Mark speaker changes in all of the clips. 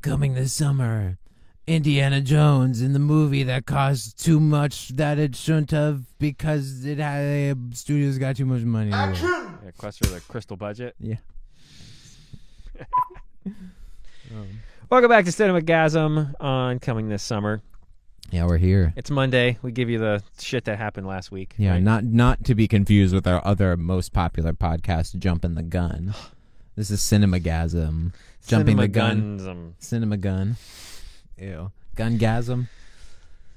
Speaker 1: Coming this summer, Indiana Jones in the movie that cost too much that it shouldn't have because it had studios got too much money.
Speaker 2: Action!
Speaker 3: Yeah, quest for the crystal budget. Um, Welcome back to Cinemagasm on coming this summer.
Speaker 1: Yeah, we're here.
Speaker 3: It's Monday. We give you the shit that happened last week.
Speaker 1: Yeah,
Speaker 3: right?
Speaker 1: not not to be confused with our other most popular podcast, Jumping the Gun. This is Cinemagasm. Jumping the gun.
Speaker 3: Cinemagunsm.
Speaker 1: Cinema Gun. Ew. Gungasm.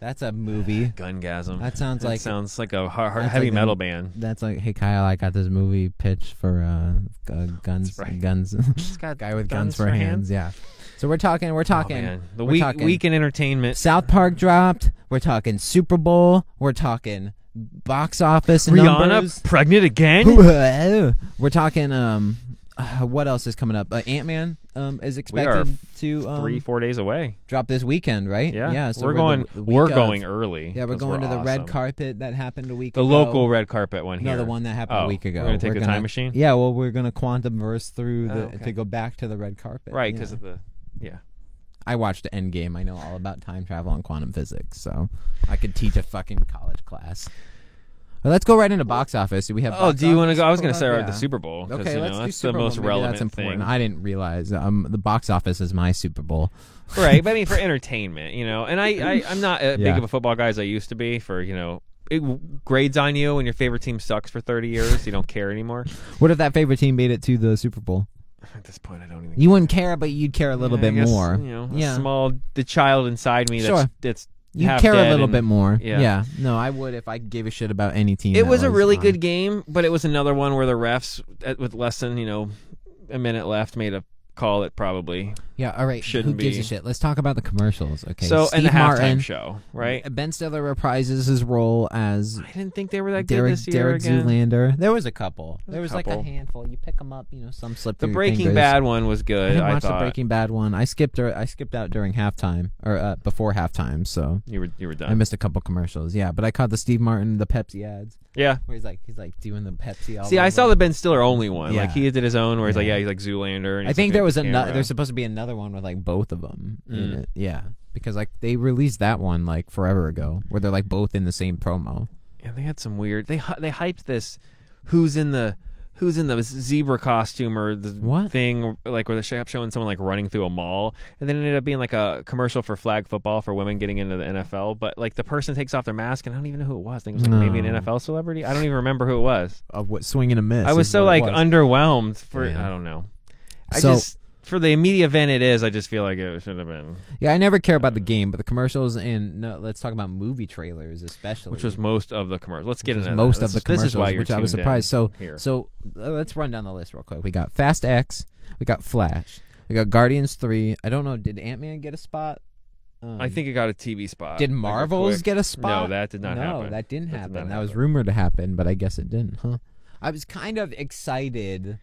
Speaker 1: That's a movie.
Speaker 3: Gungasm.
Speaker 1: That sounds
Speaker 3: That
Speaker 1: like
Speaker 3: sounds like a har- har-
Speaker 1: that's
Speaker 3: heavy
Speaker 1: like a-
Speaker 3: metal band.
Speaker 1: that's like hey Kyle, I got this movie pitch for uh, uh guns
Speaker 3: That's right.
Speaker 1: guns
Speaker 3: It's got
Speaker 1: guy with guns, for hands. Yeah. So we're talking we're
Speaker 3: Oh,
Speaker 1: talking
Speaker 3: man. The
Speaker 1: We're
Speaker 3: week
Speaker 1: talking.
Speaker 3: week in entertainment.
Speaker 1: South Park dropped, we're talking Super Bowl, we're talking box office
Speaker 3: Rihanna
Speaker 1: numbers.
Speaker 3: pregnant again.
Speaker 1: We're talking. Um, uh, what else is coming up? Uh, Ant Man um, is
Speaker 3: are
Speaker 1: expected to um,
Speaker 3: Three four days away.
Speaker 1: drop this weekend, right?
Speaker 3: Yeah.
Speaker 1: yeah. So
Speaker 3: we're
Speaker 1: the-
Speaker 3: going.
Speaker 1: the week
Speaker 3: we're
Speaker 1: of-
Speaker 3: going early.
Speaker 1: Yeah, we're
Speaker 3: 'cause
Speaker 1: going to the red
Speaker 3: awesome.
Speaker 1: carpet that happened a week.
Speaker 3: The
Speaker 1: ago.
Speaker 3: local red carpet one
Speaker 1: No,
Speaker 3: here.
Speaker 1: the one that happened
Speaker 3: Oh,
Speaker 1: a week ago.
Speaker 3: We're gonna take the
Speaker 1: gonna-
Speaker 3: time machine.
Speaker 1: Yeah, well, we're gonna quantum verse through the
Speaker 3: Oh, okay.
Speaker 1: to go back to the red carpet. yeah.
Speaker 3: Right, because of the yeah.
Speaker 1: I watched Endgame. I know all about time travel and quantum physics, so I could teach a fucking college class. Well, let's go right into box office. Do we have?
Speaker 3: Oh,
Speaker 1: box
Speaker 3: do you want to
Speaker 1: office?
Speaker 3: go? I was going
Speaker 1: Hold
Speaker 3: to
Speaker 1: on,
Speaker 3: start with
Speaker 1: yeah.
Speaker 3: the Super Bowl because
Speaker 1: Okay,
Speaker 3: you know
Speaker 1: let's do
Speaker 3: that's
Speaker 1: Super
Speaker 3: the
Speaker 1: Bowl.
Speaker 3: most
Speaker 1: Maybe
Speaker 3: relevant
Speaker 1: That's important.
Speaker 3: thing,
Speaker 1: I didn't realize um, the box office is my Super Bowl.
Speaker 3: right? But I mean, for entertainment, you know. And I, I I'm not as
Speaker 1: Yeah.
Speaker 3: big of a football guy as I used to be. For you know, it w- grades on you when your favorite team sucks for 30 years. you don't care anymore.
Speaker 1: What if that favorite team made it to the Super Bowl?
Speaker 3: At this point, I don't even.
Speaker 1: You wouldn't care, but you'd care a little
Speaker 3: I
Speaker 1: bit
Speaker 3: guess,
Speaker 1: more.
Speaker 3: You know, a
Speaker 1: Yeah.
Speaker 3: small the child inside me. That's
Speaker 1: Sure.
Speaker 3: that's.
Speaker 1: You
Speaker 3: half
Speaker 1: care a
Speaker 3: dead
Speaker 1: little
Speaker 3: and-
Speaker 1: bit more.
Speaker 3: yeah.
Speaker 1: No, I would if I gave a shit about any team.
Speaker 3: It
Speaker 1: that
Speaker 3: was a really
Speaker 1: on.
Speaker 3: good game, but it was another one where the refs, at, with less than you know, a minute left, made a call that probably
Speaker 1: Yeah. All right. Who
Speaker 3: Shouldn't
Speaker 1: gives a
Speaker 3: be.
Speaker 1: shit? Let's talk about the commercials. Okay.
Speaker 3: so
Speaker 1: Steve
Speaker 3: and the halftime
Speaker 1: Martin,
Speaker 3: show, right?
Speaker 1: Ben Stiller reprises his role as
Speaker 3: I didn't think they were that good
Speaker 1: Derek,
Speaker 3: this year
Speaker 1: Derek
Speaker 3: again.
Speaker 1: Zoolander. There was a couple.
Speaker 3: There
Speaker 1: There
Speaker 3: was
Speaker 1: was
Speaker 3: a
Speaker 1: like a
Speaker 3: couple.
Speaker 1: handful. You pick them up. You know, some slip.
Speaker 3: The
Speaker 1: through your
Speaker 3: Breaking
Speaker 1: fingers.
Speaker 3: Bad one was
Speaker 1: I
Speaker 3: good.
Speaker 1: didn't
Speaker 3: I,
Speaker 1: watch the
Speaker 3: thought
Speaker 1: Breaking Bad one. I skipped. Or, I skipped out during halftime or uh, before halftime. So
Speaker 3: you were you were done.
Speaker 1: I missed a couple commercials. Yeah, but I caught the Steve Martin, the Pepsi ads,
Speaker 3: yeah.
Speaker 1: where he's like, he's like doing the Pepsi. All
Speaker 3: See, I
Speaker 1: over.
Speaker 3: saw the Ben Stiller only one. Like
Speaker 1: Yeah.
Speaker 3: he did his own, where he's like,
Speaker 1: Yeah.
Speaker 3: yeah, he's like Zoolander. And
Speaker 1: I
Speaker 3: he's
Speaker 1: think
Speaker 3: looking
Speaker 1: there
Speaker 3: at
Speaker 1: was
Speaker 3: the
Speaker 1: another.
Speaker 3: camera.
Speaker 1: There's supposed to be another one with like both of them. in
Speaker 3: Mm.
Speaker 1: it. Yeah, because like they released that one like forever ago, where they're like both in the same promo.
Speaker 3: Yeah, they had some weird. They hy- they hyped this. Who's in the Who's in the zebra costume or the
Speaker 1: What?
Speaker 3: thing like where they kept showing someone like running through a mall, and then it ended up being like a commercial for flag football for women getting into the NFL. But like the person takes off their mask, and I don't even know who it was. I think it was like, maybe
Speaker 1: No.
Speaker 3: an NFL celebrity. I don't even remember who it was.
Speaker 1: Of what swing and a miss.
Speaker 3: I was
Speaker 1: is
Speaker 3: so
Speaker 1: what it
Speaker 3: like
Speaker 1: was.
Speaker 3: underwhelmed for
Speaker 1: Yeah.
Speaker 3: I don't know. I
Speaker 1: So-
Speaker 3: just for the immediate event it is, I just feel like it should have been,
Speaker 1: Yeah, I never care about the game, but the commercials and no, let's talk about movie trailers especially,
Speaker 3: which was most of the commercials. Let's get
Speaker 1: Which was
Speaker 3: into that.
Speaker 1: most
Speaker 3: This
Speaker 1: of the
Speaker 3: is- This is why
Speaker 1: commercials,
Speaker 3: you're
Speaker 1: which I was
Speaker 3: tuned in
Speaker 1: surprised. So-
Speaker 3: here.
Speaker 1: So uh, let's run down the list real quick. We got Fast X, we got Flash, we got Guardians Three. I don't know, did Ant Man get a spot? Um,
Speaker 3: I think it got a TV spot.
Speaker 1: Did
Speaker 3: like, real
Speaker 1: Marvels
Speaker 3: quick.
Speaker 1: get a spot?
Speaker 3: No, that did not
Speaker 1: no,
Speaker 3: happen.
Speaker 1: that didn't
Speaker 3: That did
Speaker 1: happen.
Speaker 3: not
Speaker 1: that was
Speaker 3: happen.
Speaker 1: rumored to happen, but I guess it didn't, huh? I was kind of excited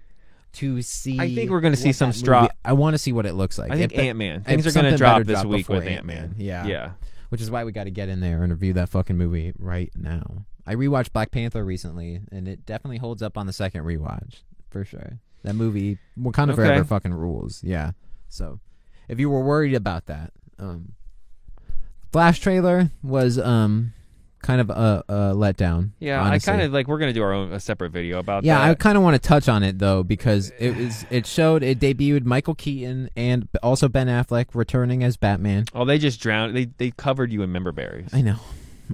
Speaker 1: to see.
Speaker 3: I think we're gonna see
Speaker 1: what
Speaker 3: some
Speaker 1: that movie-
Speaker 3: straw-
Speaker 1: I want to see what it looks like.
Speaker 3: I think
Speaker 1: If it-
Speaker 3: Ant Man.
Speaker 1: if
Speaker 3: Things are going to
Speaker 1: something
Speaker 3: drop
Speaker 1: better
Speaker 3: this
Speaker 1: dropped
Speaker 3: week
Speaker 1: before
Speaker 3: with Ant Man.
Speaker 1: Yeah,
Speaker 3: Yeah.
Speaker 1: Which is why we got to get in there and review that fucking movie right now. I rewatched Black Panther recently, and it definitely holds up on the second rewatch for sure. That movie, Wakanda
Speaker 3: Okay.
Speaker 1: Forever, fucking rules. Yeah. So, if you were worried about that, um, Flash trailer was um kind of a, a letdown.
Speaker 3: Yeah,
Speaker 1: honestly.
Speaker 3: I kind of like we're going to do our own a separate video about
Speaker 1: Yeah, I
Speaker 3: that.
Speaker 1: kind of want to touch on it though because it was it showed it debuted Michael Keaton and also Ben Affleck returning as Batman.
Speaker 3: oh, they just drowned. They they covered you in member berries.
Speaker 1: I know.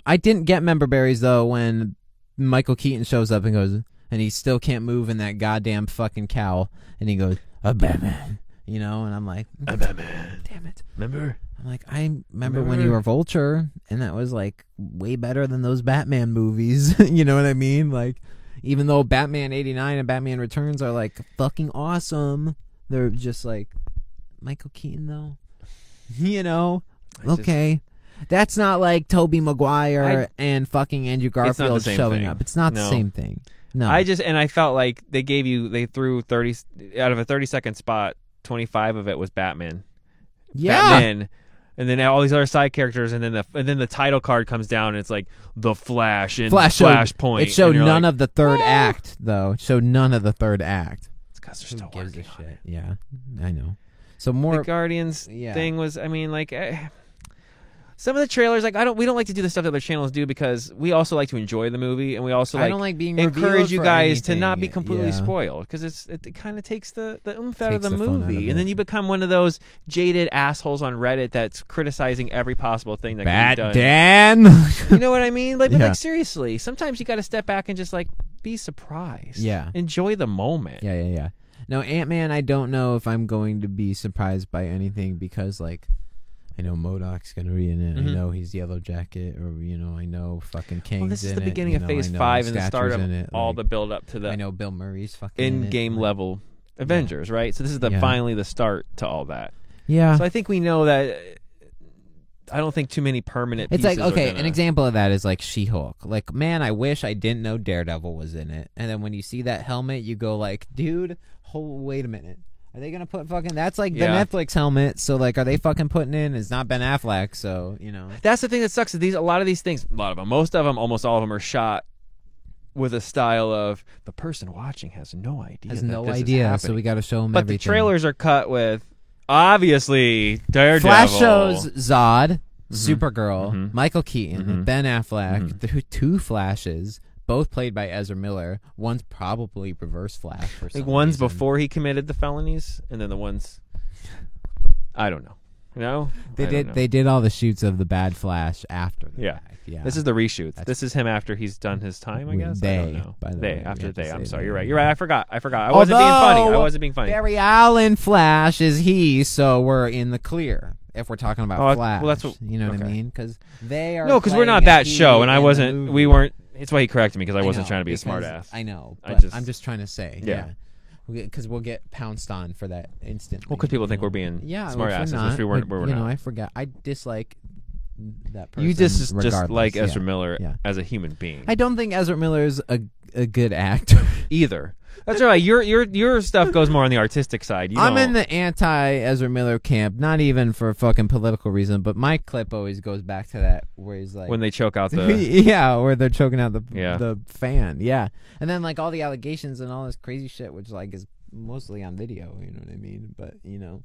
Speaker 1: I didn't get member berries though when Michael Keaton shows up and goes, and he still can't move in that goddamn fucking cowl, and he goes, "A Batman," you know, and I'm like, "A Batman." Damn it!
Speaker 3: Remember?
Speaker 1: I'm like, I remember, when you were Vulture, and that was like way better than those Batman movies. you know what I mean? Like, even though Batman '89 and Batman Returns are like fucking awesome, they're just like Michael Keaton though. You know?
Speaker 3: I just-
Speaker 1: okay. That's not like Toby Maguire and fucking Andrew
Speaker 3: not the
Speaker 1: Garfield
Speaker 3: same
Speaker 1: showing
Speaker 3: thing.
Speaker 1: up. It's not the
Speaker 3: No.
Speaker 1: same thing. No.
Speaker 3: I just and I felt like they gave you they threw 30 out of a 30 second spot, 25 of it was Batman.
Speaker 1: yeah.
Speaker 3: Batman. And then all these other side characters, and then the and then the title card comes down, and it's like the Flash and
Speaker 1: Flash showed-
Speaker 3: Flashpoint.
Speaker 1: It showed none of the third act though. It showed none of the third act.
Speaker 3: because they're still
Speaker 1: Who gives
Speaker 3: working
Speaker 1: a
Speaker 3: on
Speaker 1: shit?
Speaker 3: it.
Speaker 1: Yeah, I know. So more
Speaker 3: the Guardians
Speaker 1: Yeah.
Speaker 3: thing was. I mean, like eh, some of the trailers, like I don't. We don't like to do the stuff that other channels do because we also like to enjoy the movie, and we also like,
Speaker 1: I don't like being revealed
Speaker 3: encourage you
Speaker 1: for
Speaker 3: guys to
Speaker 1: anything.
Speaker 3: not be completely
Speaker 1: Yeah.
Speaker 3: spoiled because it's it, kind of takes the the oomph out of
Speaker 1: Takes
Speaker 3: the,
Speaker 1: the fun out of
Speaker 3: movie,
Speaker 1: it.
Speaker 3: and then you become one of those jaded assholes on Reddit that's criticizing every possible thing that
Speaker 1: Bat
Speaker 3: you've done.
Speaker 1: Dan.
Speaker 3: You know what I mean? Like, but,
Speaker 1: Yeah.
Speaker 3: like seriously, sometimes you got to step back and just like be surprised.
Speaker 1: Yeah.
Speaker 3: enjoy the moment.
Speaker 1: yeah, yeah, yeah. No, Ant Man. I don't know if I'm going to be surprised by anything because like. I know Modoc's gonna be in it. I
Speaker 3: Mhm.
Speaker 1: know he's Yellow Jacket, or you know, I know fucking King's
Speaker 3: Well, this is
Speaker 1: in
Speaker 3: the
Speaker 1: it,
Speaker 3: beginning
Speaker 1: you
Speaker 3: of
Speaker 1: know,
Speaker 3: Phase
Speaker 1: I know
Speaker 3: Five and the
Speaker 1: Statue's
Speaker 3: start of
Speaker 1: in it,
Speaker 3: all
Speaker 1: like,
Speaker 3: the build up to
Speaker 1: I
Speaker 3: the
Speaker 1: know Bill Murray's fucking in it,
Speaker 3: in-game
Speaker 1: like-
Speaker 3: level Avengers, right? So this is the
Speaker 1: Yeah.
Speaker 3: finally the start to all that.
Speaker 1: Yeah,
Speaker 3: So I think we know that. uh, I don't think too many permanent.
Speaker 1: It's like
Speaker 3: pieces are
Speaker 1: okay,
Speaker 3: gonna-
Speaker 1: an example of that is like She-Hulk. Like, man, I wish I didn't know Daredevil was in it. And then when you see that helmet, you go like, dude, hold, wait a minute. Are they gonna put fucking? That's like the
Speaker 3: Yeah.
Speaker 1: Netflix helmet. So like, are they fucking putting in? It's not Ben Affleck, so you know.
Speaker 3: That's the thing that sucks. Is these a lot of these things, a lot of them, most of them, almost all of them are shot with a style of the person watching has no idea.
Speaker 1: Has
Speaker 3: that
Speaker 1: no
Speaker 3: this is
Speaker 1: idea. So
Speaker 3: happening."
Speaker 1: we got to show him.
Speaker 3: but
Speaker 1: everything.
Speaker 3: the trailers are cut with obviously Daredevil.
Speaker 1: Flash shows Zod, Supergirl,
Speaker 3: Mhm.
Speaker 1: Michael Keaton,
Speaker 3: Mhm.
Speaker 1: Ben Affleck, th- two Flashes, both played by Ezra Miller. One's probably Reverse Flash. For
Speaker 3: Like
Speaker 1: some
Speaker 3: one's
Speaker 1: reason.
Speaker 3: before he committed the felonies, and then the ones I don't know. No,
Speaker 1: They
Speaker 3: I don't
Speaker 1: did.
Speaker 3: know.
Speaker 1: They did all the shoots of the Bad Flash after. The
Speaker 3: Yeah.
Speaker 1: fact. yeah.
Speaker 3: This is the reshoots.
Speaker 1: That's-
Speaker 3: this is him after he's done his time. I
Speaker 1: With
Speaker 3: guess. I
Speaker 1: they,
Speaker 3: don't know.
Speaker 1: by the
Speaker 3: they
Speaker 1: way, we
Speaker 3: after
Speaker 1: have to
Speaker 3: they. I'm
Speaker 1: say
Speaker 3: sorry.
Speaker 1: they.
Speaker 3: You're right. You're right. I forgot. I forgot. I wasn't being funny. I
Speaker 1: Although,
Speaker 3: wasn't being funny.
Speaker 1: Barry Allen Flash is he, so we're in the clear if we're talking about
Speaker 3: Oh, I-
Speaker 1: Flash.
Speaker 3: well, that's what-
Speaker 1: you know what I
Speaker 3: okay.
Speaker 1: mean? Because they are
Speaker 3: no, because we're not
Speaker 1: playing
Speaker 3: that
Speaker 1: a he
Speaker 3: show, and
Speaker 1: in
Speaker 3: I
Speaker 1: the
Speaker 3: wasn't.
Speaker 1: movie.
Speaker 3: We weren't. It's why he corrected me because I
Speaker 1: I
Speaker 3: wasn't
Speaker 1: know,
Speaker 3: trying to be a
Speaker 1: because-
Speaker 3: smart ass.
Speaker 1: I know,
Speaker 3: I
Speaker 1: but
Speaker 3: just-
Speaker 1: I'm just trying to say,
Speaker 3: Yeah.
Speaker 1: yeah, because we'll get pounced on for that instantly.
Speaker 3: Well, because people think we're being
Speaker 1: yeah,
Speaker 3: smart
Speaker 1: which we're
Speaker 3: asses,
Speaker 1: not,
Speaker 3: which we weren't.
Speaker 1: but,
Speaker 3: we were
Speaker 1: you
Speaker 3: not.
Speaker 1: know, I forgot. I dislike that person.
Speaker 3: you just just
Speaker 1: regardless,
Speaker 3: like
Speaker 1: yeah.
Speaker 3: Ezra Miller
Speaker 1: yeah.
Speaker 3: as a human being.
Speaker 1: I don't think Ezra Miller is a a good actor.
Speaker 3: either. That's all right. Your your your stuff goes more on the artistic side. You
Speaker 1: I'm
Speaker 3: don't-
Speaker 1: in the anti Ezra Miller camp, not even for a fucking political reason, but my clip always goes back to that where he's like
Speaker 3: when they choke out the.
Speaker 1: yeah, where they're choking out the
Speaker 3: Yeah.
Speaker 1: the fan, yeah, and then like all the allegations and all this crazy shit, which like is mostly on video, you know what I mean? But you know,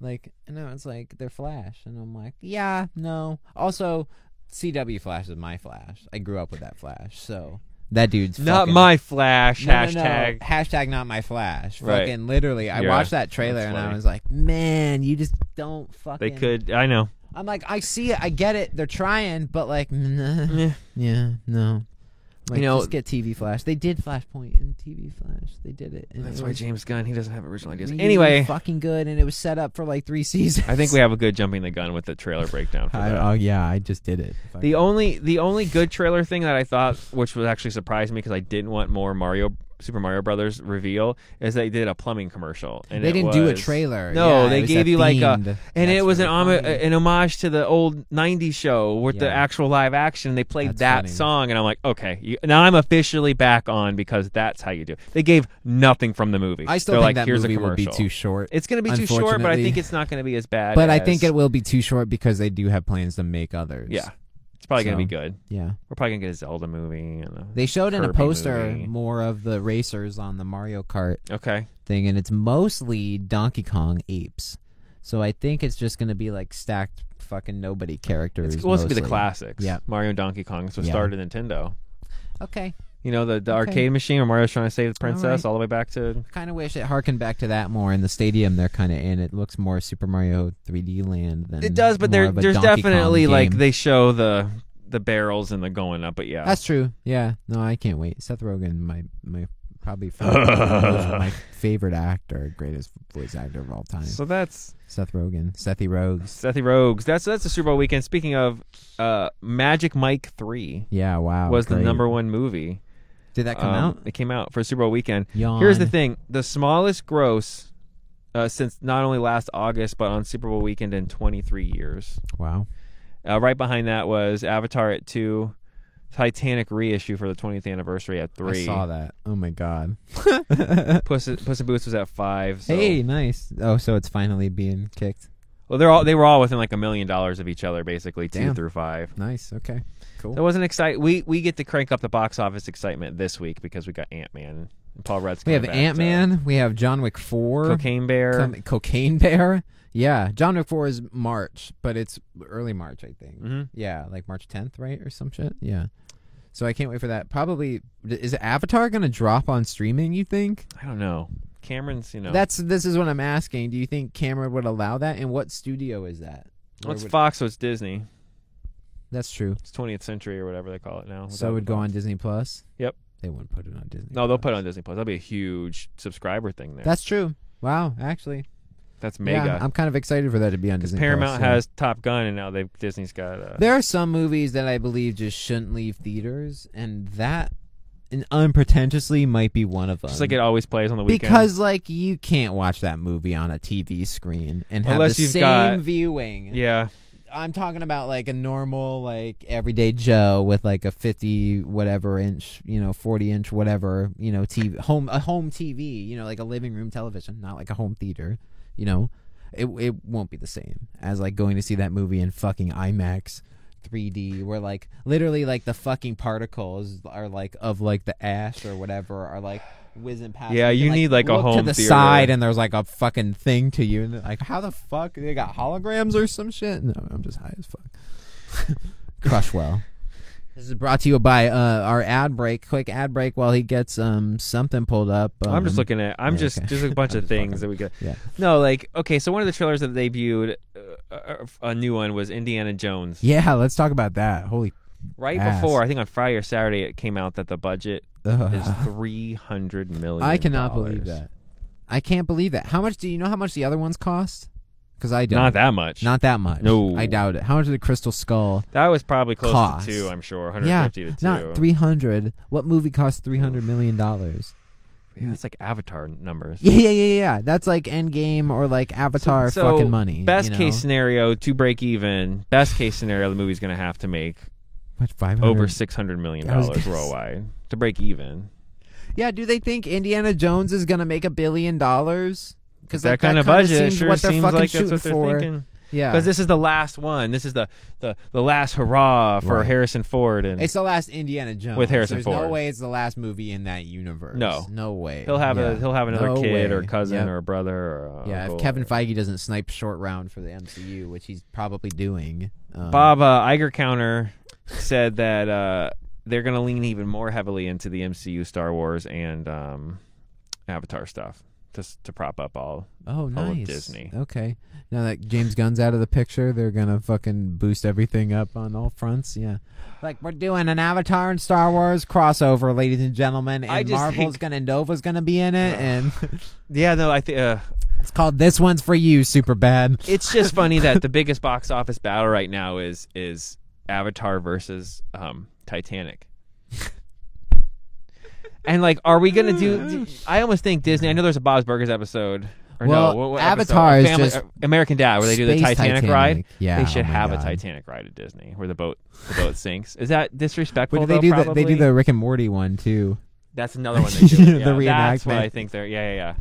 Speaker 1: like no, it's like they're Flash, and I'm like, yeah, no. Also, CW Flash is my Flash. I grew up with that Flash, so that dude's
Speaker 3: Not
Speaker 1: fucking-
Speaker 3: my flash
Speaker 1: no, no, no.
Speaker 3: hashtag.
Speaker 1: hashtag not my flash.
Speaker 3: Right.
Speaker 1: Fucking literally, I
Speaker 3: Yeah.
Speaker 1: watched that trailer
Speaker 3: That's
Speaker 1: and I
Speaker 3: funny.
Speaker 1: was like, man, you just don't fucking.
Speaker 3: They could. I know.
Speaker 1: I'm like, I see it, I get it. They're trying, but like, nah,
Speaker 3: Eh.
Speaker 1: yeah, no. Like,
Speaker 3: know-
Speaker 1: just get TV Flash. They did Flashpoint and TV Flash. They did it. And
Speaker 3: That's
Speaker 1: it
Speaker 3: why
Speaker 1: was
Speaker 3: James Gunn. He doesn't have original ideas.
Speaker 1: really
Speaker 3: Anyway,
Speaker 1: fucking good, and it was set up for like three seasons.
Speaker 3: I think we have a good jumping the gun with the trailer breakdown. For that.
Speaker 1: oh yeah, I just did it.
Speaker 3: The only the only good trailer thing that I thought, which was actually surprised me because I didn't want more Mario Super Mario Brothers reveal, is they did a plumbing commercial. And
Speaker 1: they
Speaker 3: it
Speaker 1: didn't do a
Speaker 3: was-
Speaker 1: trailer.
Speaker 3: No,
Speaker 1: Yeah, it
Speaker 3: they
Speaker 1: was
Speaker 3: gave
Speaker 1: that
Speaker 3: you like a,
Speaker 1: themed.
Speaker 3: and it
Speaker 1: That's
Speaker 3: was an
Speaker 1: really
Speaker 3: homage,
Speaker 1: funny.
Speaker 3: an homage to the old '90s show with the
Speaker 1: Yeah.
Speaker 3: actual live action. They played
Speaker 1: That's
Speaker 3: that
Speaker 1: funny.
Speaker 3: song, and I'm like, okay, you, now I'm officially back on because that's how you do. it. They gave nothing from the movie.
Speaker 1: I still
Speaker 3: They're
Speaker 1: think
Speaker 3: like,
Speaker 1: that
Speaker 3: here's
Speaker 1: movie
Speaker 3: a
Speaker 1: will be
Speaker 3: commercial.
Speaker 1: too short.
Speaker 3: It's going to be too short, but I
Speaker 1: Unfortunately.
Speaker 3: think it's not going to be as bad.
Speaker 1: But I
Speaker 3: as-
Speaker 1: think it will be too short because they do have plans to make others.
Speaker 3: Yeah, it's probably going to
Speaker 1: So.
Speaker 3: be good.
Speaker 1: Yeah.
Speaker 3: We're probably going to get a Zelda movie. And a,
Speaker 1: They showed in a
Speaker 3: Kirby
Speaker 1: poster
Speaker 3: movie.
Speaker 1: more of the racers on the Mario Kart
Speaker 3: Okay.
Speaker 1: thing, and it's mostly Donkey Kong apes. So I think it's just going to be like stacked fucking nobody characters.
Speaker 3: It's supposed to be the
Speaker 1: mostly.
Speaker 3: classics.
Speaker 1: Yeah.
Speaker 3: Mario and Donkey Kong. So it
Speaker 1: Yeah.
Speaker 3: started Nintendo.
Speaker 1: Okay.
Speaker 3: You know, the, the
Speaker 1: Okay.
Speaker 3: arcade machine where Mario's trying to save the princess
Speaker 1: right.
Speaker 3: all, the way back to.
Speaker 1: Kind of wish it harkened back to that more in the stadium they're kind of in. It looks more Super Mario 3D land than.
Speaker 3: It does, but
Speaker 1: more
Speaker 3: there,
Speaker 1: of a
Speaker 3: there's
Speaker 1: Donkey Kong
Speaker 3: definitely like
Speaker 1: game.
Speaker 3: they show the the barrels and the going up, but yeah.
Speaker 1: That's true. Yeah. No, I can't wait. Seth Rogen, my my probably favorite, my favorite actor, greatest voice actor of all time.
Speaker 3: so that's
Speaker 1: Seth Rogen, Sethy Rogues.
Speaker 3: Sethy Rogues. That's that's the Super Bowl weekend. Speaking of uh, Magic Mike 3
Speaker 1: Yeah. Wow.
Speaker 3: was the
Speaker 1: Oh, great.
Speaker 3: number one movie.
Speaker 1: Did that come
Speaker 3: Um,
Speaker 1: out?
Speaker 3: It came out for Super Bowl weekend.
Speaker 1: Yawn.
Speaker 3: Here's the thing: the smallest gross uh, since not only last August but on Super Bowl weekend in 23 years.
Speaker 1: Wow.
Speaker 3: Uh, right behind that was Avatar at two, Titanic reissue for the 20th anniversary at three.
Speaker 1: I saw that. Oh my god.
Speaker 3: Puss, Puss in Boots was at five. So.
Speaker 1: Hey, nice. Oh, so it's finally being kicked.
Speaker 3: well, they're all they were all within like a million dollars of each other, basically two
Speaker 1: Damn.
Speaker 3: through five.
Speaker 1: Nice. Okay.
Speaker 3: That
Speaker 1: Cool.
Speaker 3: wasn't exciting. We we get to crank up the box office excitement this week because we got Ant Man and Paul Rudd's.
Speaker 1: We have
Speaker 3: coming back
Speaker 1: Ant
Speaker 3: to
Speaker 1: Man. We have John Wick Four.
Speaker 3: Cocaine Bear.
Speaker 1: Some- Cocaine Bear. Yeah, John Wick Four is March, but it's early March, I think.
Speaker 3: hmm
Speaker 1: Yeah, like March 10th, right, or some shit. Yeah. So I can't wait for that. Probably is Avatar gonna drop on streaming? You think?
Speaker 3: I don't know. Cameron's, you know,
Speaker 1: That's this is what I'm asking. Do you think Cameron would allow that? And what studio is that?
Speaker 3: well,
Speaker 1: Where
Speaker 3: it's
Speaker 1: would-
Speaker 3: Fox, so it's Disney.
Speaker 1: That's true.
Speaker 3: It's 20th Century or whatever they call it now.
Speaker 1: So it would go on Disney Plus.
Speaker 3: Yep.
Speaker 1: They wouldn't put it on Disney.
Speaker 3: No, they'll
Speaker 1: Plus.
Speaker 3: put it on Disney Plus. That'll be a huge subscriber thing there.
Speaker 1: That's true. Wow, actually,
Speaker 3: That's
Speaker 1: Yeah,
Speaker 3: mega.
Speaker 1: I'm kind of excited for that to be on Disney.
Speaker 3: Paramount
Speaker 1: Plus, yeah.
Speaker 3: has Top Gun, and now they've Disney's got. Uh,
Speaker 1: There are some movies that I believe just shouldn't leave theaters, and that, and unpretentiously, might be one of them.
Speaker 3: just like it always plays on the weekend.
Speaker 1: because like you can't watch that movie on a TV screen and have
Speaker 3: Unless
Speaker 1: the
Speaker 3: you've
Speaker 1: same
Speaker 3: got-
Speaker 1: viewing.
Speaker 3: yeah,
Speaker 1: I'm talking about like a normal like everyday Joe with like a 50 whatever inch, you know, 40 inch whatever, you know, TV home a home TV, you know, like a living room television, not like a home theater, you know. It it won't be the same as like going to see that movie in fucking IMAX 3D where like literally like the fucking particles are like of like the ash or whatever are like whizzing past.
Speaker 3: Yeah, you
Speaker 1: can,
Speaker 3: need, like, a
Speaker 1: look to
Speaker 3: home
Speaker 1: the
Speaker 3: theater.
Speaker 1: side, and there's like a fucking thing to you, and they're like, how the fuck they got holograms or some shit? No, I'm just high as fuck. Crushwell. This is brought to you by uh, our ad break. Quick ad break while he gets um something pulled up. Um,
Speaker 3: I'm just looking at. I'm
Speaker 1: yeah,
Speaker 3: just
Speaker 1: okay.
Speaker 3: just a bunch
Speaker 1: I'm
Speaker 3: of
Speaker 1: just
Speaker 3: things
Speaker 1: fucking-
Speaker 3: that we got.
Speaker 1: yeah.
Speaker 3: No, like okay, so one of the trailers that they viewed, uh, uh, a new one was Indiana Jones.
Speaker 1: Yeah, let's talk about that. Holy.
Speaker 3: Right
Speaker 1: Ass.
Speaker 3: before, I think on Friday or Saturday, it came out that the budget is
Speaker 1: Ugh.
Speaker 3: three hundred million.
Speaker 1: Uh-huh. I cannot believe that. I can't believe that. How much do you know? How much the other ones cost? Because I don't.
Speaker 3: Not that much.
Speaker 1: Not that much.
Speaker 3: No.
Speaker 1: I doubt it. How much did the Crystal Skull?
Speaker 3: that was probably close
Speaker 1: Cost.
Speaker 3: to two. I'm sure.
Speaker 1: Yeah,
Speaker 3: 150 to two.
Speaker 1: not three hundred. What movie costs three hundred million dollars?
Speaker 3: Yeah, it's like Avatar numbers.
Speaker 1: Yeah, yeah, yeah, yeah. That's like Endgame or like Avatar
Speaker 3: So- so
Speaker 1: fucking money.
Speaker 3: Best
Speaker 1: you know?
Speaker 3: case scenario to break even. Best case scenario, the movie's going to have to make
Speaker 1: what five
Speaker 3: over
Speaker 1: hundred?
Speaker 3: six hundred million
Speaker 1: Mm-hmm. I was gonna
Speaker 3: dollars
Speaker 1: say-
Speaker 3: worldwide to break even.
Speaker 1: Yeah. Do they think Indiana Jones is gonna make a billion dollars? Because
Speaker 3: that
Speaker 1: like,
Speaker 3: kind of
Speaker 1: kinda
Speaker 3: budget
Speaker 1: seems
Speaker 3: sure
Speaker 1: what they're
Speaker 3: seems
Speaker 1: fucking
Speaker 3: like that's
Speaker 1: shooting
Speaker 3: what they're
Speaker 1: for.
Speaker 3: thinking.
Speaker 1: Yeah.
Speaker 3: Because this is the last one. This is the the, the last hurrah for
Speaker 1: Right.
Speaker 3: Harrison Ford, and
Speaker 1: it's the last Indiana Jones
Speaker 3: With Harrison
Speaker 1: There's No
Speaker 3: Ford.
Speaker 1: way it's the last movie in that universe.
Speaker 3: No.
Speaker 1: no way.
Speaker 3: he'll have
Speaker 1: yeah.
Speaker 3: a he'll have another
Speaker 1: No
Speaker 3: kid or
Speaker 1: way.
Speaker 3: cousin
Speaker 1: Yep.
Speaker 3: or brother or uh,
Speaker 1: yeah, if
Speaker 3: uncle
Speaker 1: Kevin
Speaker 3: or-
Speaker 1: Feige doesn't snipe short round for the MCU, which he's probably doing, um,
Speaker 3: Bob uh, Iger counter said that uh, they're going to lean even more heavily into the MCU, Star Wars, and um, Avatar stuff just to prop up all.
Speaker 1: Oh,
Speaker 3: all of
Speaker 1: nice.
Speaker 3: Disney.
Speaker 1: Okay. Now that James Gunn's out of the picture, they're gonna fucking boost everything up on all fronts. Yeah. Like we're doing an Avatar and Star Wars crossover, ladies and gentlemen, and
Speaker 3: I just
Speaker 1: Marvel's
Speaker 3: think-
Speaker 1: gonna Nova's gonna be in it, and
Speaker 3: Yeah, no, I think uh,
Speaker 1: it's called "This One's for You." Super bad.
Speaker 3: it's just funny that the biggest box office battle right now is is Avatar versus um, Titanic. and like, are we gonna do? I almost think Disney. I know there's a Bob's Burgers episode. Or
Speaker 1: Well,
Speaker 3: no, what, what
Speaker 1: Avatar
Speaker 3: episode?
Speaker 1: is
Speaker 3: Family-
Speaker 1: just
Speaker 3: uh, American Dad, where they do the
Speaker 1: Space
Speaker 3: Titanic, ride.
Speaker 1: Yeah.
Speaker 3: they should
Speaker 1: oh my
Speaker 3: have a
Speaker 1: God.
Speaker 3: Titanic ride at Disney where the boat the boat sinks. Is that disrespectful?
Speaker 1: But do they
Speaker 3: though,
Speaker 1: do the
Speaker 3: probably?
Speaker 1: they do the Rick and Morty one too.
Speaker 3: That's another one they do.
Speaker 1: The
Speaker 3: yeah, That's why I
Speaker 1: reenactment.
Speaker 3: think they're yeah yeah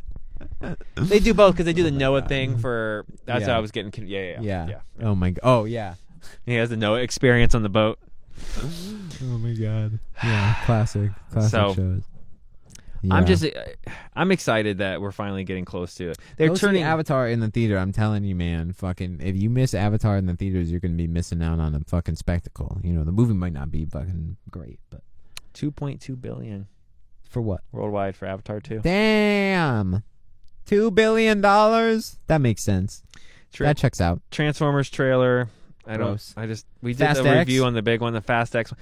Speaker 3: yeah. they do both because they do the Noah
Speaker 1: God.
Speaker 3: thing for. That's
Speaker 1: Yeah.
Speaker 3: what I was getting. con- Yeah yeah yeah
Speaker 1: Yeah.
Speaker 3: yeah.
Speaker 1: Oh my. g- Oh yeah.
Speaker 3: He has the Noah experience on the boat.
Speaker 1: Oh my God. Yeah. Classic. Classic
Speaker 3: So,
Speaker 1: shows.
Speaker 3: I'm
Speaker 1: Yeah.
Speaker 3: just uh, I'm excited that we're finally getting close to it. They're
Speaker 1: Go see
Speaker 3: turning
Speaker 1: Avatar in the theater. I'm telling you, man. Fucking, if you miss Avatar in the theaters, you're gonna be missing out on a fucking spectacle. You know, the movie might not be fucking great, but
Speaker 3: 2.2 billion
Speaker 1: for what?
Speaker 3: worldwide for Avatar 2.
Speaker 1: Damn, two billion dollars. That makes sense.
Speaker 3: Tra-
Speaker 1: That checks out.
Speaker 3: Transformers trailer. I don't.
Speaker 1: Gross.
Speaker 3: I just we did
Speaker 1: Fast
Speaker 3: a
Speaker 1: X?
Speaker 3: review on the big one, the Fast X. one.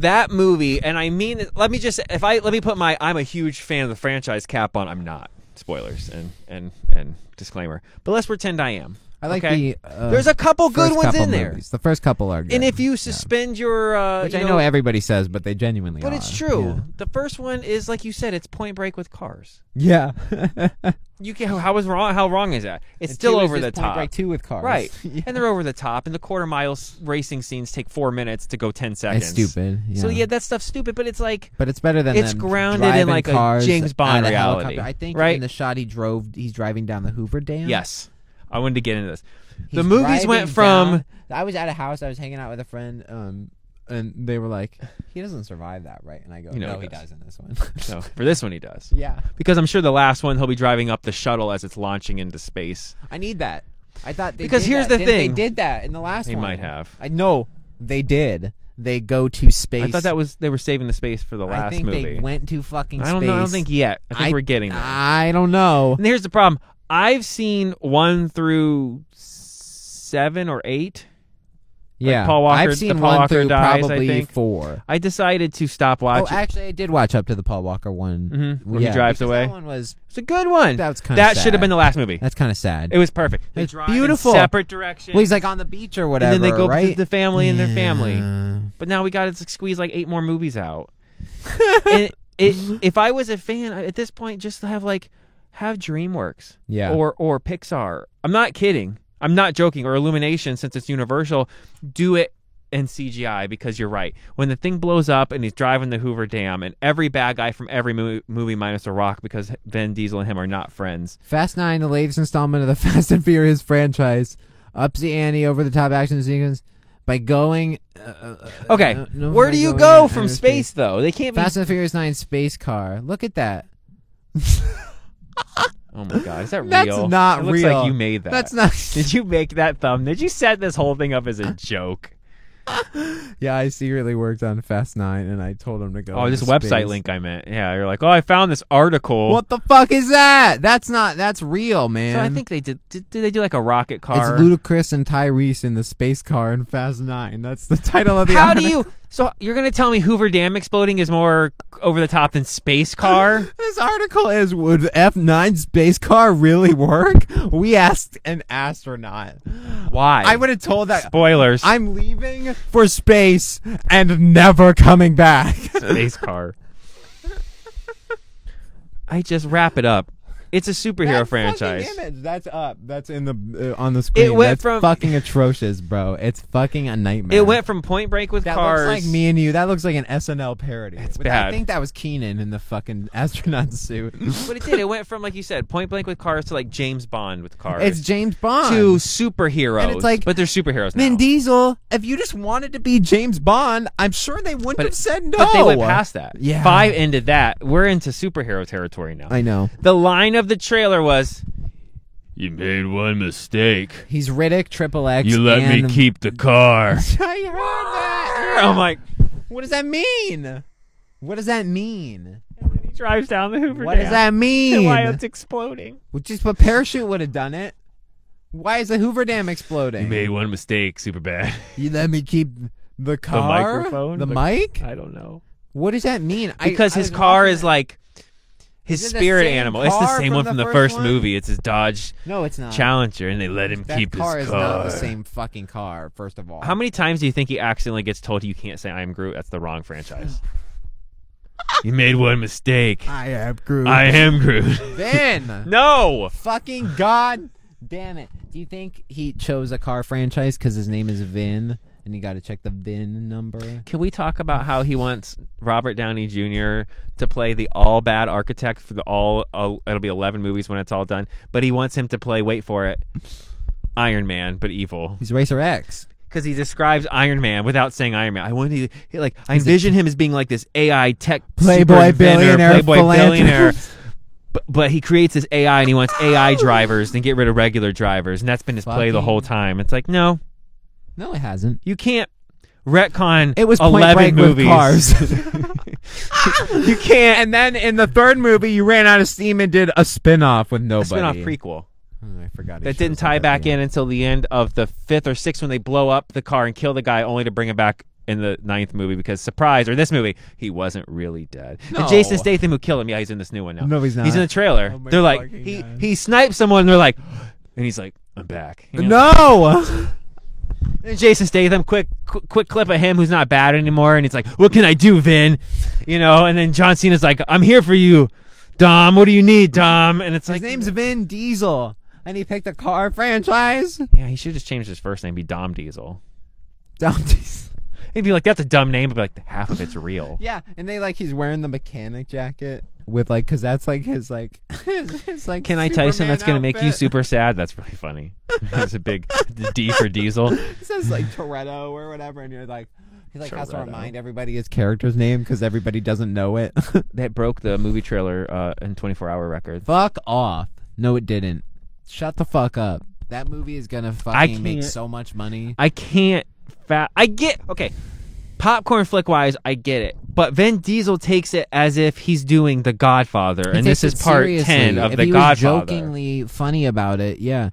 Speaker 3: That movie, and I mean, it- let me just if I let me put my I'm a huge fan of the franchise cap on. I'm not spoilers and and and disclaimer, but let's pretend I am.
Speaker 1: I like
Speaker 3: Okay.
Speaker 1: the. Uh,
Speaker 3: There's a couple
Speaker 1: first
Speaker 3: good ones
Speaker 1: couple
Speaker 3: in there,
Speaker 1: movies. The first couple are. Good.
Speaker 3: and if you
Speaker 1: Yeah.
Speaker 3: suspend your, uh,
Speaker 1: which
Speaker 3: you
Speaker 1: I know, everybody says, but they genuinely.
Speaker 3: but
Speaker 1: are.
Speaker 3: it's true. The first one is like you said, it's Point Break with cars.
Speaker 1: Yeah. yeah.
Speaker 3: You can how is wrong? How wrong is that? It's
Speaker 1: And
Speaker 3: still
Speaker 1: two is
Speaker 3: over
Speaker 1: just
Speaker 3: the
Speaker 1: Point
Speaker 3: top.
Speaker 1: Break two with cars.
Speaker 3: Right.
Speaker 1: Yeah.
Speaker 3: and they're over the top, and the quarter mile s- racing scenes take four minutes to go ten seconds.
Speaker 1: It's stupid.
Speaker 3: So yeah, that stuff's stupid, but it's like
Speaker 1: But it's better than
Speaker 3: It's
Speaker 1: them
Speaker 3: grounded in,
Speaker 1: driving
Speaker 3: like, a
Speaker 1: cars
Speaker 3: James Bond
Speaker 1: out of a
Speaker 3: reality,
Speaker 1: helicopter. I think
Speaker 3: right?
Speaker 1: in the shot he drove, he's driving down the Hoover Dam.
Speaker 3: yes, I wanted to get into this.
Speaker 1: He's
Speaker 3: the movies
Speaker 1: driving
Speaker 3: went from
Speaker 1: down- I was at a house. I was hanging out with a friend. Um, and they were like, "He doesn't survive that, right?" And I go,
Speaker 3: You know
Speaker 1: "No,
Speaker 3: he
Speaker 1: he
Speaker 3: does."
Speaker 1: does in this one."
Speaker 3: So for this one, he does.
Speaker 1: yeah,
Speaker 3: Because I'm sure the last one, he'll be driving up the shuttle as it's launching into space.
Speaker 1: I need that. I thought they
Speaker 3: Because
Speaker 1: did
Speaker 3: here's
Speaker 1: that.
Speaker 3: the
Speaker 1: Didn't
Speaker 3: thing.
Speaker 1: they did that in the last
Speaker 3: They
Speaker 1: one.
Speaker 3: might have.
Speaker 1: I know they did. They go to space.
Speaker 3: I thought that was they were saving the space for the last
Speaker 1: I think
Speaker 3: movie.
Speaker 1: they went to fucking.
Speaker 3: I don't
Speaker 1: space.
Speaker 3: know. I don't think yet. I think
Speaker 1: I-
Speaker 3: we're getting there.
Speaker 1: I don't know.
Speaker 3: and here's the problem. I've seen one through seven or eight.
Speaker 1: Yeah,
Speaker 3: Paul Walker- the
Speaker 1: I've seen
Speaker 3: Paul
Speaker 1: one
Speaker 3: Walker
Speaker 1: through
Speaker 3: dies, I
Speaker 1: probably
Speaker 3: think.
Speaker 1: four.
Speaker 3: I decided to stop watching.
Speaker 1: Oh, actually, I did watch up to the Paul Walker one.
Speaker 3: Mhm, where
Speaker 1: yeah,
Speaker 3: he drives
Speaker 1: because
Speaker 3: away.
Speaker 1: That one was
Speaker 3: It's a good one.
Speaker 1: that was kind
Speaker 3: That should have been the last movie.
Speaker 1: That's kind of sad.
Speaker 3: It was perfect. They
Speaker 1: It's
Speaker 3: drive in
Speaker 1: beautiful.
Speaker 3: separate directions.
Speaker 1: well, he's like on the beach or whatever,
Speaker 3: and then they go
Speaker 1: right?
Speaker 3: to the family and their family.
Speaker 1: Yeah.
Speaker 3: But now we got to squeeze like eight more movies out. and it, if I was a fan I- at this point, just have like have DreamWorks
Speaker 1: Yeah.
Speaker 3: or or Pixar. I'm not kidding. I'm not joking. Or Illumination, since it's Universal, do it in CGI because you're right. When the thing blows up and he's driving the Hoover Dam, and every bad guy from every mo- movie minus The Rock, because Vin Diesel and him are not friends.
Speaker 1: Fast Nine, the latest installment of the Fast and Furious franchise, ups the ante over the top action sequence by going. Uh, uh,
Speaker 3: Okay,
Speaker 1: uh, no,
Speaker 3: where
Speaker 1: by
Speaker 3: do you
Speaker 1: going
Speaker 3: go
Speaker 1: in
Speaker 3: from
Speaker 1: outer
Speaker 3: space though? They can't be.
Speaker 1: Fast and Furious Nine space car. Look at that.
Speaker 3: oh my god, is that
Speaker 1: That's
Speaker 3: real?
Speaker 1: not
Speaker 3: it looks
Speaker 1: real.
Speaker 3: Like you made that.
Speaker 1: That's not.
Speaker 3: Did you make that thumb? Did you set this whole thing up as a joke?
Speaker 1: yeah, I secretly worked on Fast Nine, and I told him to go.
Speaker 3: Oh, this
Speaker 1: into space.
Speaker 3: website link I meant. Yeah, you're like, oh, I found this article.
Speaker 1: What the fuck is that? That's not. That's real, man.
Speaker 3: So I think they did. Did, did they do like a rocket car?
Speaker 1: it's Ludacris and Tyrese in the space car in Fast Nine. That's the title of the.
Speaker 3: How do you? So you're gonna tell me Hoover Dam exploding is more over the top than space car?
Speaker 1: This article is Would F9 space car really work? We asked an astronaut.
Speaker 3: Why?
Speaker 1: I would have told that
Speaker 3: Spoilers.
Speaker 1: I'm leaving for space and never coming back.
Speaker 3: space car. I just wrap it up. It's a superhero
Speaker 1: That fucking
Speaker 3: franchise.
Speaker 1: Image. That's up. That's in the uh, on the screen.
Speaker 3: went
Speaker 1: That's
Speaker 3: from-
Speaker 1: fucking atrocious, bro. It's fucking a nightmare.
Speaker 3: It went from Point Break with
Speaker 1: That
Speaker 3: cars.
Speaker 1: looks like me and you. That looks like an SNL parody. That's
Speaker 3: bad.
Speaker 1: I think that was Keenan in the fucking astronaut suit.
Speaker 3: But it did. It went from like you said, Point Blank with cars to like James Bond with cars.
Speaker 1: it's James Bond.
Speaker 3: to superheroes.
Speaker 1: And it's like,
Speaker 3: but they're superheroes now.
Speaker 1: Vin Diesel, if you just wanted to be James Bond, I'm sure they wouldn't
Speaker 3: But-
Speaker 1: have said no.
Speaker 3: But they went past that.
Speaker 1: Yeah.
Speaker 3: Five ended that. We're into superhero territory now.
Speaker 1: I know.
Speaker 3: the line of the trailer was You made one mistake.
Speaker 1: He's Riddick, Triple X.
Speaker 3: You let
Speaker 1: and...
Speaker 3: me keep the car.
Speaker 1: I heard that.
Speaker 3: I'm like,
Speaker 1: What does that mean? What does that mean?
Speaker 3: he drives down the Hoover
Speaker 1: What does that mean?
Speaker 3: exploding.
Speaker 1: Well, Just a parachute would have done it. Why is the Hoover Dam exploding?
Speaker 3: You made one mistake, super bad.
Speaker 1: You let me keep the car,
Speaker 3: microphone,
Speaker 1: the
Speaker 3: the-
Speaker 1: mic.
Speaker 3: I don't know.
Speaker 1: What does that mean? I-
Speaker 3: Because
Speaker 1: I
Speaker 3: his
Speaker 1: was
Speaker 3: car
Speaker 1: watching
Speaker 3: is
Speaker 1: that.
Speaker 3: like his
Speaker 1: Is it the
Speaker 3: spirit
Speaker 1: same
Speaker 3: animal. It's the
Speaker 1: car
Speaker 3: same
Speaker 1: from
Speaker 3: one
Speaker 1: the
Speaker 3: from the
Speaker 1: first
Speaker 3: first
Speaker 1: one? Uh.
Speaker 3: movie. It's his Dodge
Speaker 1: no, it's not.
Speaker 3: Challenger, and they let him
Speaker 1: that
Speaker 3: keep
Speaker 1: car
Speaker 3: his
Speaker 1: is
Speaker 3: car.
Speaker 1: not the same fucking car. First of all,
Speaker 3: How many times do you think he accidentally gets told you can't say I'm Groot? That's the wrong franchise. you made one mistake.
Speaker 1: I am Groot.
Speaker 3: I am Groot.
Speaker 1: Then
Speaker 3: no.
Speaker 1: fucking god damn it. Do you think he chose a car franchise because his name is Vin and you got to check the Vin number?
Speaker 3: Can we talk about how he wants Robert Downey Jr. to play the all bad architect for the all? all it'll be eleven movies when it's all done. But he wants him to play. Wait for it. Iron Man, but evil,
Speaker 1: He's Racer X.
Speaker 3: because he describes Iron Man without saying Iron Man. I want you to like. I envision him as being like this AI tech super
Speaker 1: Playboy
Speaker 3: inventor,
Speaker 1: billionaire
Speaker 3: playboy
Speaker 1: philanthropist.
Speaker 3: billionaire. But, but he creates this AI and he wants AI drivers and get rid of regular drivers, and that's been his play the
Speaker 1: Fucking-
Speaker 3: whole time. It's like, no,
Speaker 1: No, it hasn't.
Speaker 3: you can't retcon.
Speaker 1: It was Point Break
Speaker 3: eleven movies.
Speaker 1: with cars. you can't. And then in the third movie, you ran out of steam and did a spin-off with nobody.
Speaker 3: spin off prequel
Speaker 1: Oh, I forgot. he
Speaker 3: that
Speaker 1: shows
Speaker 3: didn't
Speaker 1: up
Speaker 3: tie
Speaker 1: at
Speaker 3: back
Speaker 1: the end.
Speaker 3: in until the end of the fifth or sixth when they blow up the car and kill the guy, only to bring him back in the ninth movie because surprise or this movie he wasn't really dead. And
Speaker 1: No.
Speaker 3: Jason Statham who killed him, yeah, he's in this new one now.
Speaker 1: No, he's not.
Speaker 3: He's in the trailer.
Speaker 1: Oh my
Speaker 3: they're like
Speaker 1: fucking
Speaker 3: he
Speaker 1: God.
Speaker 3: he sniped someone. and They're like, and he's like, I'm back. You know?
Speaker 1: No.
Speaker 3: And Jason Statham, quick, qu- quick clip of him who's not bad anymore, and it's like, "What can I do, Vin?" You know, and then John Cena's like, "I'm here for you, Dom. What do you need, Dom?" And it's
Speaker 1: His
Speaker 3: like,
Speaker 1: name's Vin Diesel, and he picked a car franchise.
Speaker 3: "Yeah, he should just change his first name, be Dom Diesel."
Speaker 1: Dumb Diesel.
Speaker 3: He'd be like, "That's a dumb name," but like half of it's real.
Speaker 1: Yeah, and they like he's wearing the mechanic jacket with like because that's like his like his, his, like.
Speaker 3: Can I Tyson?
Speaker 1: Superman
Speaker 3: That's gonna make you
Speaker 1: outfit.
Speaker 3: super sad. That's really funny. That's a big D for Diesel.
Speaker 1: It says like Toretto or whatever, and you're like, He like
Speaker 3: Sure,
Speaker 1: has to
Speaker 3: right
Speaker 1: remind everybody his character's name because everybody doesn't know it.
Speaker 3: That broke the movie trailer uh, and 24 hour record.
Speaker 1: fuck off. No, it didn't. Shut the fuck up. That movie is gonna fucking make
Speaker 3: can't-
Speaker 1: so much money.
Speaker 3: I can't. Fa- I get okay. Popcorn flick wise, I get it, but Vin Diesel takes it as if he's doing The Godfather,
Speaker 1: He
Speaker 3: and
Speaker 1: takes
Speaker 3: this is
Speaker 1: it
Speaker 3: part
Speaker 1: seriously.
Speaker 3: ten of
Speaker 1: if
Speaker 3: The
Speaker 1: he was
Speaker 3: Godfather.
Speaker 1: jokingly funny about it. Yeah.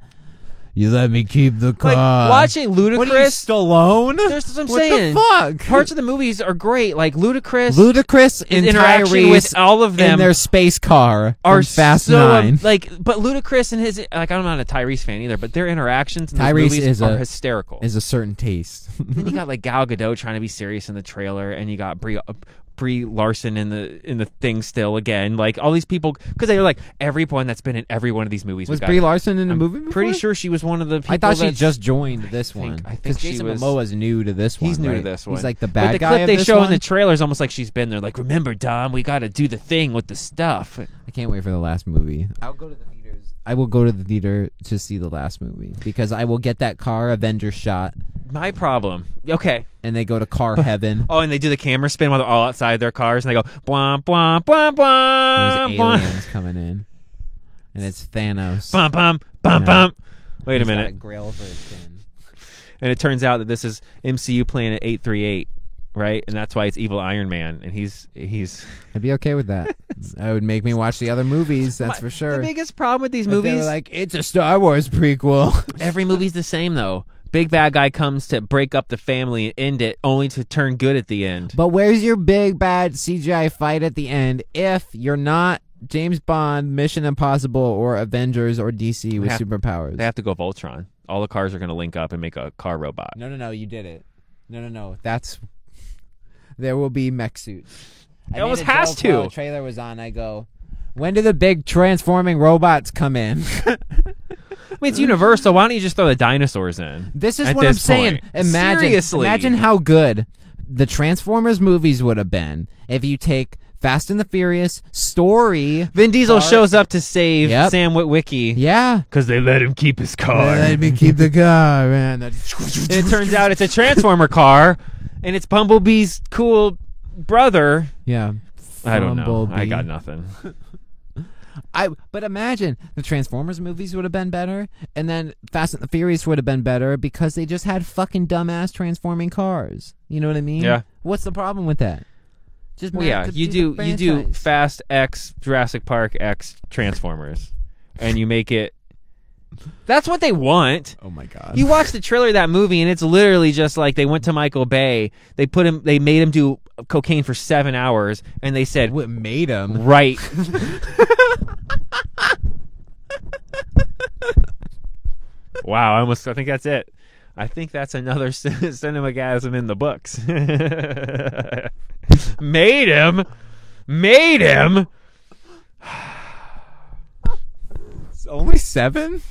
Speaker 1: You let me keep the car.
Speaker 3: like watching
Speaker 1: What are you,
Speaker 3: Ludacris.
Speaker 1: Stallone?
Speaker 3: There's what I'm
Speaker 1: what
Speaker 3: saying.
Speaker 1: the fuck?
Speaker 3: Parts of the movies are great, like Ludacris.
Speaker 1: Ludacris and
Speaker 3: interaction
Speaker 1: Tyrese
Speaker 3: with all of them
Speaker 1: in their space car
Speaker 3: are
Speaker 1: from Fast
Speaker 3: so um,
Speaker 1: Nine.
Speaker 3: like, but Ludacris and his like I'm not a Tyrese fan either, but their interactions in those
Speaker 1: Tyrese
Speaker 3: movies
Speaker 1: is
Speaker 3: are
Speaker 1: a-
Speaker 3: hysterical.
Speaker 1: is a certain taste.
Speaker 3: then you got like Gal Gadot trying to be serious in the trailer, and you got Brie uh, Brie Larson in the in the thing still again. Like all these people, because they were like everyone that's been in every one of these movies.
Speaker 1: was
Speaker 3: we got-
Speaker 1: Brie Larson in a movie? Before?
Speaker 3: Pretty sure she was one of the. people
Speaker 1: I thought she
Speaker 3: that's-
Speaker 1: just joined this
Speaker 3: think-
Speaker 1: one.
Speaker 3: I think
Speaker 1: Because
Speaker 3: she
Speaker 1: Jason
Speaker 3: was-
Speaker 1: Momoa's new to this one.
Speaker 3: He's new to
Speaker 1: right?
Speaker 3: this one.
Speaker 1: He's like the
Speaker 3: But
Speaker 1: bad
Speaker 3: the
Speaker 1: guy.
Speaker 3: clip
Speaker 1: of
Speaker 3: they
Speaker 1: this
Speaker 3: show in
Speaker 1: one?
Speaker 3: the trailer is almost like she's been there. Like, remember, Dom, we got to do the thing with the stuff.
Speaker 1: I can't wait for the last movie. I'll go to the theaters. I will go to the theater to see the last movie because I will get that car Avenger shot,
Speaker 3: My problem. Okay,
Speaker 1: and they go to car heaven.
Speaker 3: Oh, and they do the camera spin while they're all outside their cars, and they go bwah bwah bwah bwah
Speaker 1: There's
Speaker 3: bwah
Speaker 1: aliens coming in, and it's Thanos.
Speaker 3: bum bum bum
Speaker 1: Yeah.
Speaker 3: bum. Wait a
Speaker 1: He's got
Speaker 3: minute,
Speaker 1: grail for his chin.
Speaker 3: and it turns out that this is MCU Planet eight three eight, right? And that's why it's evil Iron Man, and he's he's
Speaker 1: I'd be okay with that. that would make me watch the other movies. That's for sure.
Speaker 3: The biggest problem with these
Speaker 1: If they were
Speaker 3: movies,
Speaker 1: like it's a Star Wars prequel.
Speaker 3: every movie's the same though. Big bad guy comes to break up the family and end it, only to turn good at the end.
Speaker 1: But where's your big bad CGI fight at the end if you're not James Bond, Mission Impossible, or Avengers or DC with
Speaker 3: have-
Speaker 1: superpowers?
Speaker 3: They have to go Voltron. All the cars are going to link up and make a car robot.
Speaker 1: no, no, no, you did it. No, no, no. That's there will be mech suits. I
Speaker 3: It
Speaker 1: made
Speaker 3: almost
Speaker 1: a
Speaker 3: has
Speaker 1: joke while
Speaker 3: to.
Speaker 1: The trailer was on. I go. When do the big transforming robots come in?
Speaker 3: I mean, it's Universal. Why don't you just throw the dinosaurs in?
Speaker 1: This is
Speaker 3: At
Speaker 1: what I'm
Speaker 3: this
Speaker 1: saying.
Speaker 3: point.
Speaker 1: Imagine,
Speaker 3: Seriously.
Speaker 1: imagine how good the Transformers movies would have been if you take Fast and the Furious story.
Speaker 3: Vin Diesel
Speaker 1: Car-
Speaker 3: shows up to save
Speaker 1: Yep.
Speaker 3: Sam Witwicky
Speaker 1: Yeah,
Speaker 3: because they let him keep his car.
Speaker 1: me keep the car, man.
Speaker 3: and it turns out it's a Transformer car, and it's Bumblebee's cool brother.
Speaker 1: yeah.
Speaker 3: I don't know. I
Speaker 1: Bumblebee.
Speaker 3: got nothing.
Speaker 1: I but imagine the Transformers movies would have been better, and then Fast and the Furious would have been better because they just had fucking dumbass transforming cars. You know what I mean?
Speaker 3: Yeah.
Speaker 1: What's the problem with that? Just
Speaker 3: Well,
Speaker 1: not
Speaker 3: yeah,
Speaker 1: to
Speaker 3: you
Speaker 1: the
Speaker 3: do you do
Speaker 1: franchise.
Speaker 3: Fast X Jurassic Park X Transformers, and you make it. That's what they want.
Speaker 1: oh my god.
Speaker 3: You watch the trailer of that movie, and it's literally just like they went to Michael Bay. They put him. They made him do cocaine for seven hours, and they said,
Speaker 1: what made him?
Speaker 3: "Right." wow, I almost. I think that's it. I think that's another cin- cinemagasm in the books. made him, made him.
Speaker 1: Only seven?